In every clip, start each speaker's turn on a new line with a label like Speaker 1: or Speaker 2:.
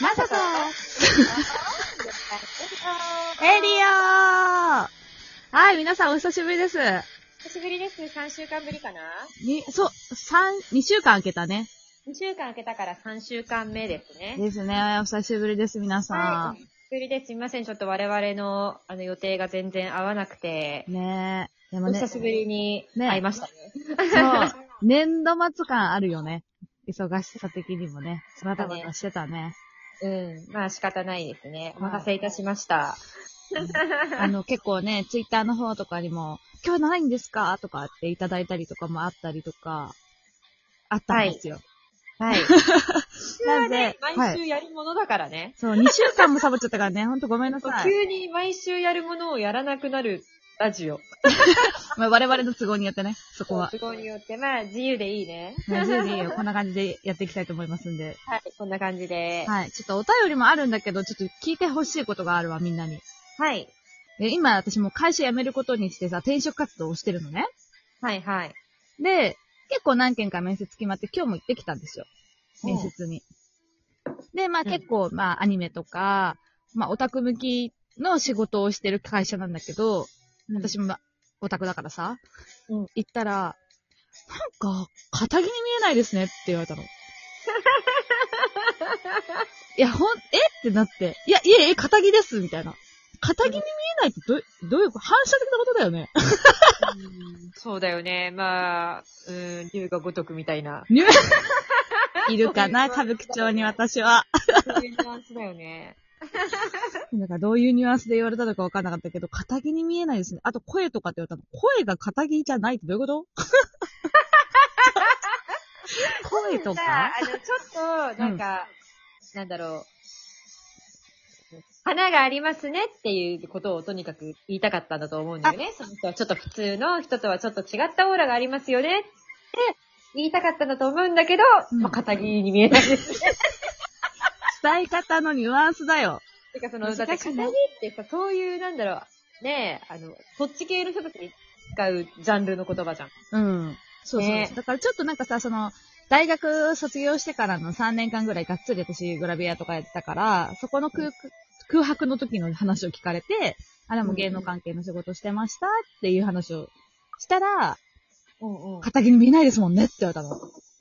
Speaker 1: まさと、
Speaker 2: エ
Speaker 1: エリオはい、皆さんお久しぶりです。
Speaker 2: 久しぶりです。3週間ぶりかな
Speaker 1: に、そう、三、二週間空けたね。
Speaker 2: ?2 週間開けたから3週間目ですね。
Speaker 1: ですね。お久しぶりです、皆
Speaker 2: は
Speaker 1: さ
Speaker 2: い。久しぶりです。すみません。ちょっと我々のあの予定が全然合わなくて
Speaker 1: ん。、ねえ。でも
Speaker 2: お
Speaker 1: ね
Speaker 2: 久、しぶりに
Speaker 1: ね
Speaker 2: 会いましたね。
Speaker 1: そう、年度末感あるよね。忙しさ的にもね。バタバタしてたね。
Speaker 2: うん。まあ仕方ないですね。お
Speaker 1: はい
Speaker 2: 任せいたしました。
Speaker 1: あの、結構ね、ツイッターの方とかにも、今日ないんですかとかっていただいたりとかもあったりとか、あったんですよ。
Speaker 2: はい。
Speaker 1: なんで
Speaker 2: ね、、毎週やるものだからね。
Speaker 1: そう、2週間もサボっちゃったからね、ほんとごめんなさい。
Speaker 2: 急に毎週やるものをやらなくなるラジオ。
Speaker 1: まあ、我々の都合によってね、そこは。
Speaker 2: 都合によって、まあ自由でいいね。
Speaker 1: ね自由にこんな感じでやっていきたいと思いますんで。
Speaker 2: はい。こんな感じで。
Speaker 1: はい。ちょっとお便りもあるんだけど、ちょっと聞いてほしいことがあるわ、みんなに。
Speaker 2: はい。
Speaker 1: で、今私もう会社辞めることにしてさ、転職活動をしてるのね。
Speaker 2: はい、はい。
Speaker 1: で、結構何件か面接決まって、今日も行ってきたんですよ。面接に。で、まあ
Speaker 2: うん
Speaker 1: 結構、まあアニメとか、まあオタク向きの仕事をしてる会社なんだけど、私もまあオタクだからさ、
Speaker 2: うん
Speaker 1: 行ったら、なんか、肩着に見えないですねって言われ たの。いや、ほん、えってなって、いや、いえいえ、肩着ですみたいな。肩着に見えないってどう、どういうこと、反射的なことだよ ね。
Speaker 2: うんそうだよね。まあ、うん、竜が如くみたいな。
Speaker 1: ねいるかな、歌舞伎町に私は。
Speaker 2: そういうニュアンスだよね。
Speaker 1: なんかどういうニュアンスで言われたのかわかんなかったけど、肩着に見えないですね。あと声とかって言われたの。声が肩着じゃないってどういうこと 声と
Speaker 2: じゃあ
Speaker 1: か、
Speaker 2: あの、ちょっと、なんか、なんだろう。花がありますねっていうことをとにかく言いたかったんだと思うんだよね。その人はちょっと普通の人とはちょっと違ったオーラがありますよねって言いたかったんだと思うんだけど、
Speaker 1: うん
Speaker 2: まあ、片桐に見えないです。
Speaker 1: 伝え方のニュアンスだよ。
Speaker 2: てかその、だって
Speaker 1: 難し
Speaker 2: 片
Speaker 1: い
Speaker 2: 桐
Speaker 1: ね
Speaker 2: ってさ、そういう、なんだろう、ねえ、あの、そっち系の人たちに使うジャンルの言葉じゃん。
Speaker 1: うん。そうそうそう、
Speaker 2: ね
Speaker 1: だからちょっとなんかさ、その、大学卒業してからの3年間ぐらいがっつり私グラビアとかやってたから、そこの空空白の時の話を聞かれて、あれも芸能関係の仕事してましたっていう話をしたら、
Speaker 2: うんうん。
Speaker 1: 肩着に見えないですもんねって言われたの。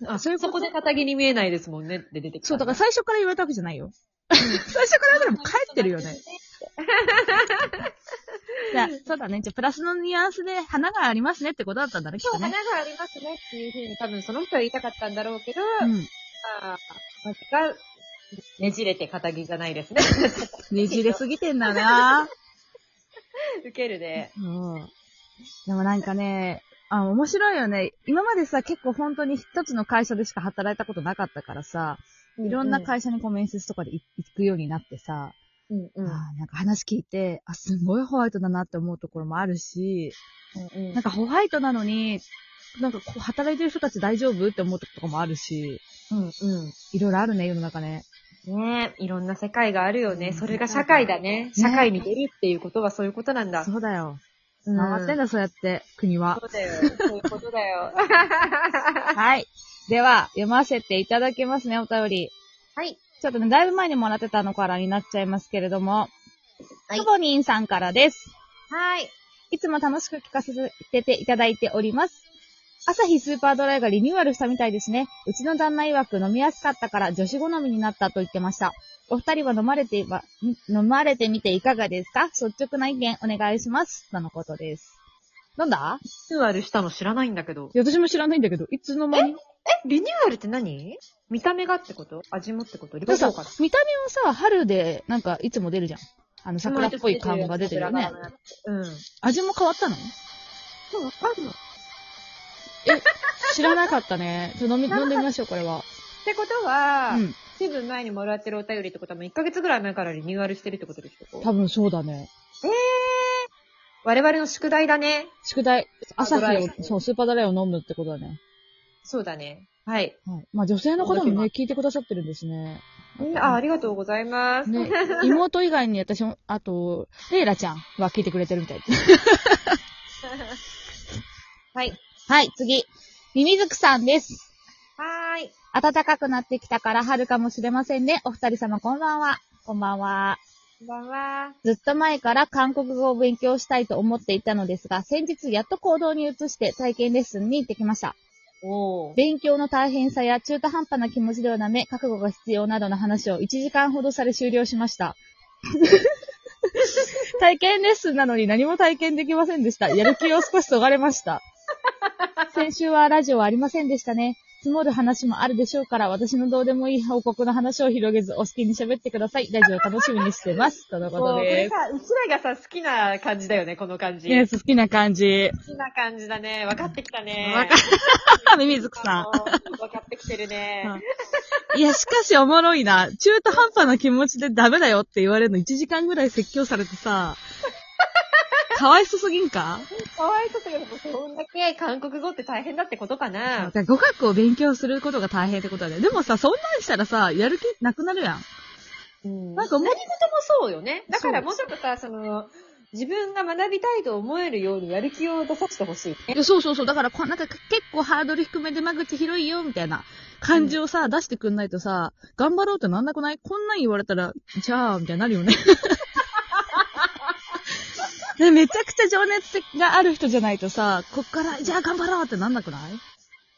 Speaker 2: あ、
Speaker 1: そ
Speaker 2: そう
Speaker 1: い
Speaker 2: ういうう
Speaker 1: こと
Speaker 2: ここで片桐に見えないですもんねって出てきた。
Speaker 1: そう、だから最初から言われたわけじゃない よ。最初から言われたらもう帰ってるよね。じゃあそうだね。じゃあプラスのニュアンスで花がありますねってことだったんだね、きっ
Speaker 2: 今
Speaker 1: と
Speaker 2: 日花
Speaker 1: ね
Speaker 2: が。ありますねっていうふうに多分その人は言いたかったんだろうけど、
Speaker 1: う
Speaker 2: ま
Speaker 1: ん。
Speaker 2: あ、まあ、ねじれて片桐じゃないですね。
Speaker 1: ねじれすぎてんだな
Speaker 2: 受けるね。
Speaker 1: うん。でもなんかね、あ、面白いよね。今までさ、結構本当に一つの会社でしか働いたことなかったからさ、いろんな会社にこう面接とかで行行くようになってさ、
Speaker 2: うんうん。
Speaker 1: あーなんか話聞いて、あ、すごいホワイトだなって思うところもあるし、
Speaker 2: うんうん
Speaker 1: なんかホワイトなのに、なんかこう働いてる人たち大丈夫って思うとことかもあるし、
Speaker 2: うん
Speaker 1: いろいろあるね、世の中ね。
Speaker 2: うん。ねえ、いろんな世界があるよね。
Speaker 1: うん
Speaker 2: それが社会だね。社会に出るっていうことはそういうことなんだ。
Speaker 1: そうだよ。
Speaker 2: う
Speaker 1: 回ってん
Speaker 2: だ。
Speaker 1: だ、そうやって、国は
Speaker 2: そ。うだよ。そういうことだよ。
Speaker 1: はい。では、読ませていただきますね、お便り。
Speaker 2: はい。
Speaker 1: ちょっとね、だいぶ前にもらってたのからになっちゃいますけれども、
Speaker 2: はい
Speaker 1: トボニンさんからです。
Speaker 2: はい。
Speaker 1: いつも楽しく聞かせていただいております。朝日スーパードライがリニューアルしたみたいですね。うちの旦那曰く飲みやすかったから女子好みになったと言ってました。お二人は飲まれては、飲まれてみていかがですか率直な意見お願いします。とのことです。飲んだ
Speaker 2: リニューアルしたの知らないんだけど。
Speaker 1: いや私も知らないんだけど、いつの間に
Speaker 2: え、リニューアルって何見た目がってこと味もってこと
Speaker 1: だ
Speaker 2: 両
Speaker 1: さ
Speaker 2: 方かな、
Speaker 1: 見た目はさ、春で、なんか、いつも出るじゃん。あの、桜っぽい感が出てるよね。
Speaker 2: うん。
Speaker 1: 味も変わったの
Speaker 2: そう、わかんのっ
Speaker 1: 知らなかったね。ちょっと 飲み、飲んでみましょう、これは。
Speaker 2: てことは、
Speaker 1: うん。
Speaker 2: 随分前にもらってるお便りってことはもう1ヶ月ぐらい前からリニューアルしてるってことでしょ
Speaker 1: 多分そうだね。
Speaker 2: えー、我々の宿題だね。
Speaker 1: 宿題、朝
Speaker 2: ドラ
Speaker 1: 日
Speaker 2: イ
Speaker 1: を、そう、スーパードライを飲むってことだね。
Speaker 2: そうだね。はい。
Speaker 1: はい。まあ、女性の方
Speaker 2: そう
Speaker 1: も
Speaker 2: だ
Speaker 1: ね、聞いてくださってるんですね。
Speaker 2: えーあ、ありがとうございます。
Speaker 1: ね、 妹以外に私も、あと、レイラちゃんは聞いてくれてるみたい。
Speaker 2: はい。
Speaker 1: はい、次。ミミズクさんです。
Speaker 2: はい。
Speaker 1: 暖かくなってきたから春かもしれませんね。お二人様こんばんは。こんばんは。
Speaker 2: こんばんは。
Speaker 1: ずっと前から韓国語を勉強したいと思っていたのですが、先日やっと行動に移して体験レッスンに行ってきました。
Speaker 2: おー。
Speaker 1: 勉強の大変さや中途半端な気持ちではダメ、覚悟が必要などの話を1時間ほどされ終了しました。 体験レッスンなのに何も体験できませんでした。やる気を少しそがれました。先週はラジオはありませんでしたね。積もる話もあるでしょうから、私のどうでもいい報告の話を広げず、お好きに喋ってください。ラジオ楽しみにしてます。とのこ
Speaker 2: もう
Speaker 1: と
Speaker 2: これ
Speaker 1: です
Speaker 2: さ。、うちらがさ、好きな感じだよね、この感じ。
Speaker 1: ね好きな感じ。
Speaker 2: 好きな感じだね。分かってきたね。
Speaker 1: 分か ミミズクさん
Speaker 2: あ。のー分かってきてるね。
Speaker 1: いや、しかしおもろいな。中途半端な気持ちでダメだよって言われるの1時間ぐらい説教されてさ、か わいそすぎんか
Speaker 2: かわいそうだけど、そんだけ韓国語って大変だってことかな。
Speaker 1: 語学を勉強することが大変ってことだね。でもさ、そんなんしたらさ、やる気なくなるやん。
Speaker 2: うん
Speaker 1: な
Speaker 2: なんん
Speaker 1: か
Speaker 2: か
Speaker 1: も
Speaker 2: 何事もそうよね。だからもうちょっとさ、その、自分が学びたいと思えるようにやる気を出させてほしいね。
Speaker 1: いやそうそうそう。だからこ、なんか結構ハードル低めで間口広いよ、みたいな感じをさ、出してくんないとさ、頑張ろうってなんなくないこんなん言われたら、じゃあ、みたいになるよね。で めちゃくちゃ情熱がある人じゃないとさ、こっから、じゃあ頑張ろうってなんなくない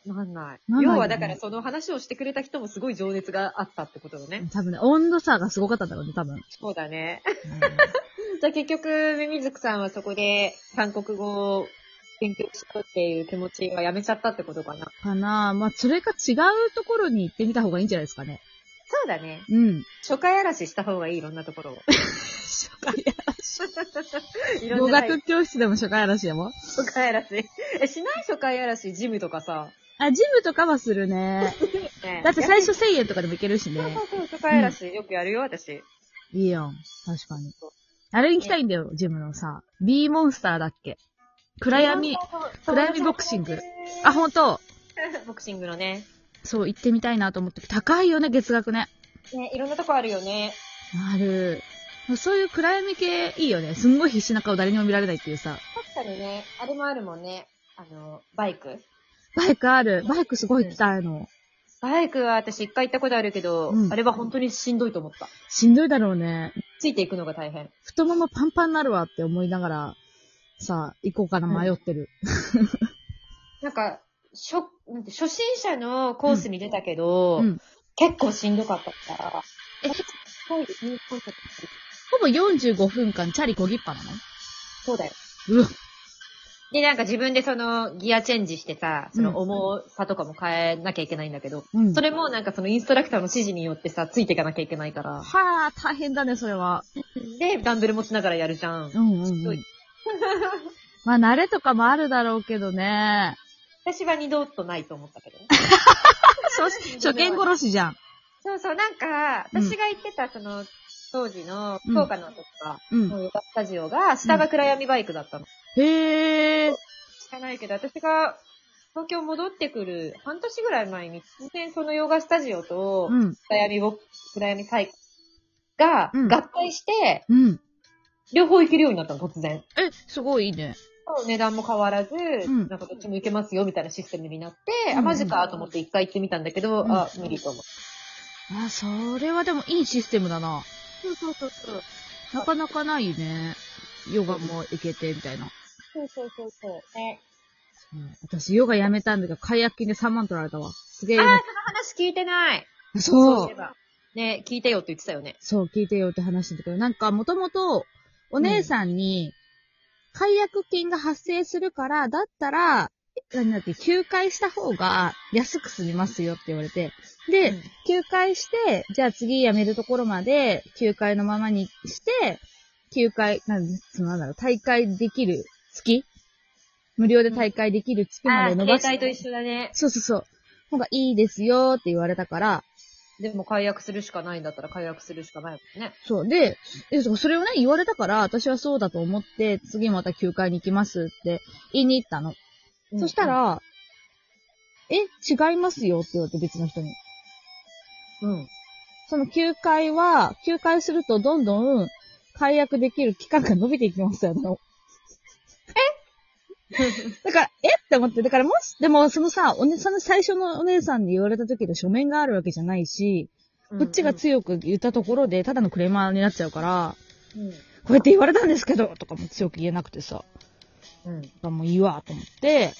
Speaker 2: なんない。
Speaker 1: なんないよね
Speaker 2: 要はだからその話をしてくれた人もすごい情熱があったってことだね。
Speaker 1: 多分ね、温度差がすごかったんだろうね、 多分。
Speaker 2: そうだね。じゃあ結局、ミミズクさんはそこで韓国語を勉強しようっていう気持ちはやめちゃったってことかな。
Speaker 1: かなぁ。まあ、それか違うところに行ってみた方がいいんじゃないですかね。
Speaker 2: そうだね。
Speaker 1: うん。
Speaker 2: 初回嵐した方がいい、いろんなところを。いろ
Speaker 1: 語
Speaker 2: んなタイ
Speaker 1: 学教室でも初回嵐でも。
Speaker 2: プ初回嵐。え、しない初回嵐、ジムとかさ。
Speaker 1: あ、ジムとかはする ね。
Speaker 2: ね
Speaker 1: だって最初1000円とかでも行けるし
Speaker 2: そう
Speaker 1: ね
Speaker 2: そ。うそう、初回嵐よくやるよ、私。
Speaker 1: いいよ。確かに。あれ行きたいんだよ、ジムのさ。B モンスターだっけ暗闇。暗闇ボクシングあ、ほんと。
Speaker 2: ボクシングのね。
Speaker 1: そう、行ってみたいなと思って。高いよね、月額ね。
Speaker 2: ね、いろんなとこあるよね。
Speaker 1: ある。そういう暗闇系いいよね。すんごい必死な顔誰にも見られないっていうさ。
Speaker 2: 確かにね、あれもあるもんね。あの、バイク。
Speaker 1: バイクある。バイクすごい行きたいの。
Speaker 2: バイクは私一回行ったことあるけど、
Speaker 1: うん
Speaker 2: あれは本当にしんどいと思った。
Speaker 1: しんどいだろうね。
Speaker 2: ついていくのが大変。
Speaker 1: 太ももパンパンになるわって思いながら、さ、行こうかな迷ってる。
Speaker 2: なんか、しょ、なんて、初心者のコースに出たけど、
Speaker 1: うん
Speaker 2: 結構しんどかったから。
Speaker 1: え
Speaker 2: すごい有効だったし
Speaker 1: ほぼ45分間チャリこぎっぱなの
Speaker 2: そうだよ。
Speaker 1: うわ、
Speaker 2: で、なんか自分でそのギアチェンジしてさ、そ
Speaker 1: うん
Speaker 2: の重さとかも変えなきゃいけないんだけど、
Speaker 1: うん
Speaker 2: それもなんかそのインストラクターの指示によってさ、ついていかなきゃいけないから。
Speaker 1: はあ、大変だね、それは。
Speaker 2: で、ダンベル持ちながらやるじゃん。
Speaker 1: うんうん、
Speaker 2: ど
Speaker 1: う
Speaker 2: い
Speaker 1: ん。まあ、慣れとかもあるだろうけどね。
Speaker 2: 私は二度とないと思っ たけどね。
Speaker 1: 初見殺しじゃん。
Speaker 2: そうそう、なんか、
Speaker 1: うん
Speaker 2: 私が行ってたその、当時の福岡のとか、
Speaker 1: う
Speaker 2: も
Speaker 1: ん。
Speaker 2: うヨガスタジオが、下が暗闇バイクだったの。
Speaker 1: へえ。
Speaker 2: 知らないけど、私が、東京戻ってくる半年ぐらい前に、突然そのヨガスタジオと、
Speaker 1: うん。
Speaker 2: 暗闇を、暗闇サイクルが
Speaker 1: うん
Speaker 2: 合体して、
Speaker 1: うん。
Speaker 2: 両方行けるようになったの、突然。
Speaker 1: え、すごいいいね。
Speaker 2: 値段も変わらず、
Speaker 1: ん
Speaker 2: なんかどっちも行けますよ、みたいなシステムになって、
Speaker 1: うん
Speaker 2: あ、マジかと思って一回行ってみたんだけど、
Speaker 1: うん
Speaker 2: あ、無理と思って。
Speaker 1: あ、それはでもいいシステムだな。
Speaker 2: そうそうそうそう。
Speaker 1: なかなかないね。ヨガも行けて、みたいな。
Speaker 2: そうそうそうそう。ね。
Speaker 1: うん私、ヨガやめたんだけど、解約金で3万取られたわ。すげえ
Speaker 2: あ
Speaker 1: よ
Speaker 2: ー、
Speaker 1: ね。
Speaker 2: その話聞いてない。
Speaker 1: そう
Speaker 2: いえ。ば。ね、聞いてよって言ってたよね。
Speaker 1: そう、聞いてよって話なんだけど、なんか、もともと、お姉さんに、解約金が発生するから、だったら、えなんだっけ、休会した方が安く済みますよって言われて。で、
Speaker 2: うん
Speaker 1: 休会して、じゃあ次辞めるところまで、休会のままにして、休会、なんそのなんだろう、大会できる月無料で大会できる月ま
Speaker 2: あ
Speaker 1: で
Speaker 2: ー、
Speaker 1: 伸
Speaker 2: 携
Speaker 1: ばして。
Speaker 2: 帯と一緒だね。
Speaker 1: そうそうそう。方がいいですよって言われたから、
Speaker 2: でも解約するしかないんだったら解約するしかないもんね。
Speaker 1: そう。で、えそうそれをね、言われたから、私はそうだと思って、次また休会に行きますって言いに行ったの。そした
Speaker 2: うん、
Speaker 1: ら、え、違いますよって言われて別の人に。
Speaker 2: うん。
Speaker 1: その休会は、休会するとどんどん解約できる期間が伸びていきますよ、あの。だから、えって思って、だからもし、でもそのさ、おね、その最初のお姉さんに言われた時の書面があるわけじゃないし、こっちが強く言ったところで、ただのクレーマーになっちゃうから、
Speaker 2: うん
Speaker 1: こうやって言われたんですけど、とかも強く言えなくてさ、
Speaker 2: うん。
Speaker 1: あもういいわ、と思って、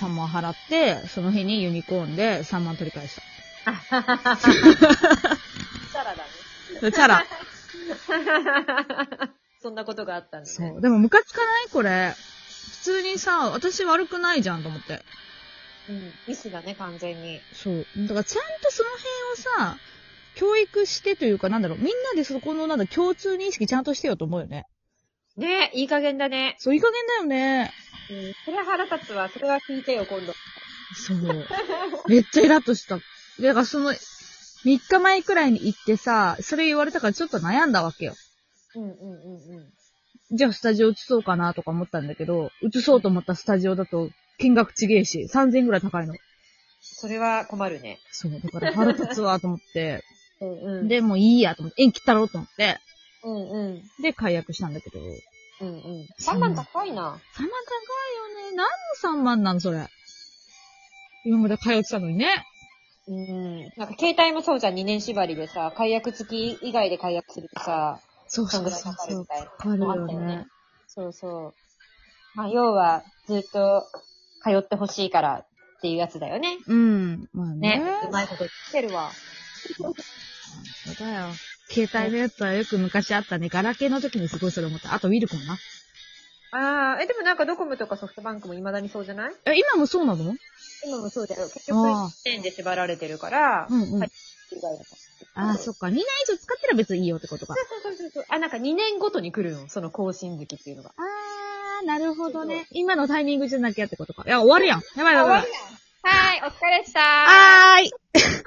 Speaker 1: 3万払って、その日にユニコーンで3万取り返した。
Speaker 2: あはははは。チャラだ
Speaker 1: チャラ。
Speaker 2: ね。 そんなことがあったんですね。
Speaker 1: そう。でもムカつかないこれ。普通にさ、私悪くないじゃんと思って。
Speaker 2: うん。ミスだね、完全に。
Speaker 1: そう。だからちゃんとその辺をさ、教育してというか、なんだろう、みんなでそこの、なんだ、共通認識ちゃんとしてよと思うよね。
Speaker 2: ねいい加減だね。
Speaker 1: そう、いい加減だよね。
Speaker 2: うん。それは腹立つわ。それは聞いてよ、今度。
Speaker 1: そう。めっちゃイラッとした。でだからその、3日前くらいに行ってさ、それ言われたからちょっと悩んだわけよ。
Speaker 2: うんうんうんうん。
Speaker 1: じゃあスタジオ移そうかなとか思ったんだけど、移そうと思ったスタジオだと、金額ちげえし、3000円くらい高いの。
Speaker 2: それは困るね。
Speaker 1: そう、だから腹立つわと思って、
Speaker 2: うんうで、
Speaker 1: で、もういいやと思って、縁切ったろうと思って、
Speaker 2: うんうん。
Speaker 1: で、解約したんだけど。3万
Speaker 2: うんうん。3万高いな。
Speaker 1: 高いよね。何の3万なの、それ。今まで通ってたのにね。
Speaker 2: うん。なんか携帯もそうじゃん、2年縛りでさ、解約付き以外で解約するとさ、
Speaker 1: そう
Speaker 2: そ
Speaker 1: そ
Speaker 2: ん
Speaker 1: う
Speaker 2: ぐらい
Speaker 1: そう
Speaker 2: かか
Speaker 1: そ
Speaker 2: る
Speaker 1: う
Speaker 2: み。たいな。
Speaker 1: かかるよね。
Speaker 2: そうそう。まあ、要は、ずっと通ってほしいからっていうやつだよね。
Speaker 1: うん。まあね。
Speaker 2: ね。うまいこと言ってるわ。
Speaker 1: そうだよ。携帯のやつはよく昔あったね。ガラケーの時にすごいそれ思った。あと、ウィルコもな。
Speaker 2: ああ、え、でもなんかドコモとかソフトバンクも未だにそうじゃない
Speaker 1: え、今もそうなの
Speaker 2: 今もそうだよ。結局、
Speaker 1: あ
Speaker 2: 1点で縛られてるから、
Speaker 1: あ。うんうん。
Speaker 2: はい以外だと
Speaker 1: ああ、そっか。2年以上使ってれば別にいいよってことか。
Speaker 2: そうそうそうそう。あ、なんか2年ごとに来るの、その更新月っていうのが。
Speaker 1: あー、なるほどね。今のタイミングじゃなきゃってことか。いや、終わるやん。やばいやばいやばい。
Speaker 2: はい、お疲れした
Speaker 1: はーい。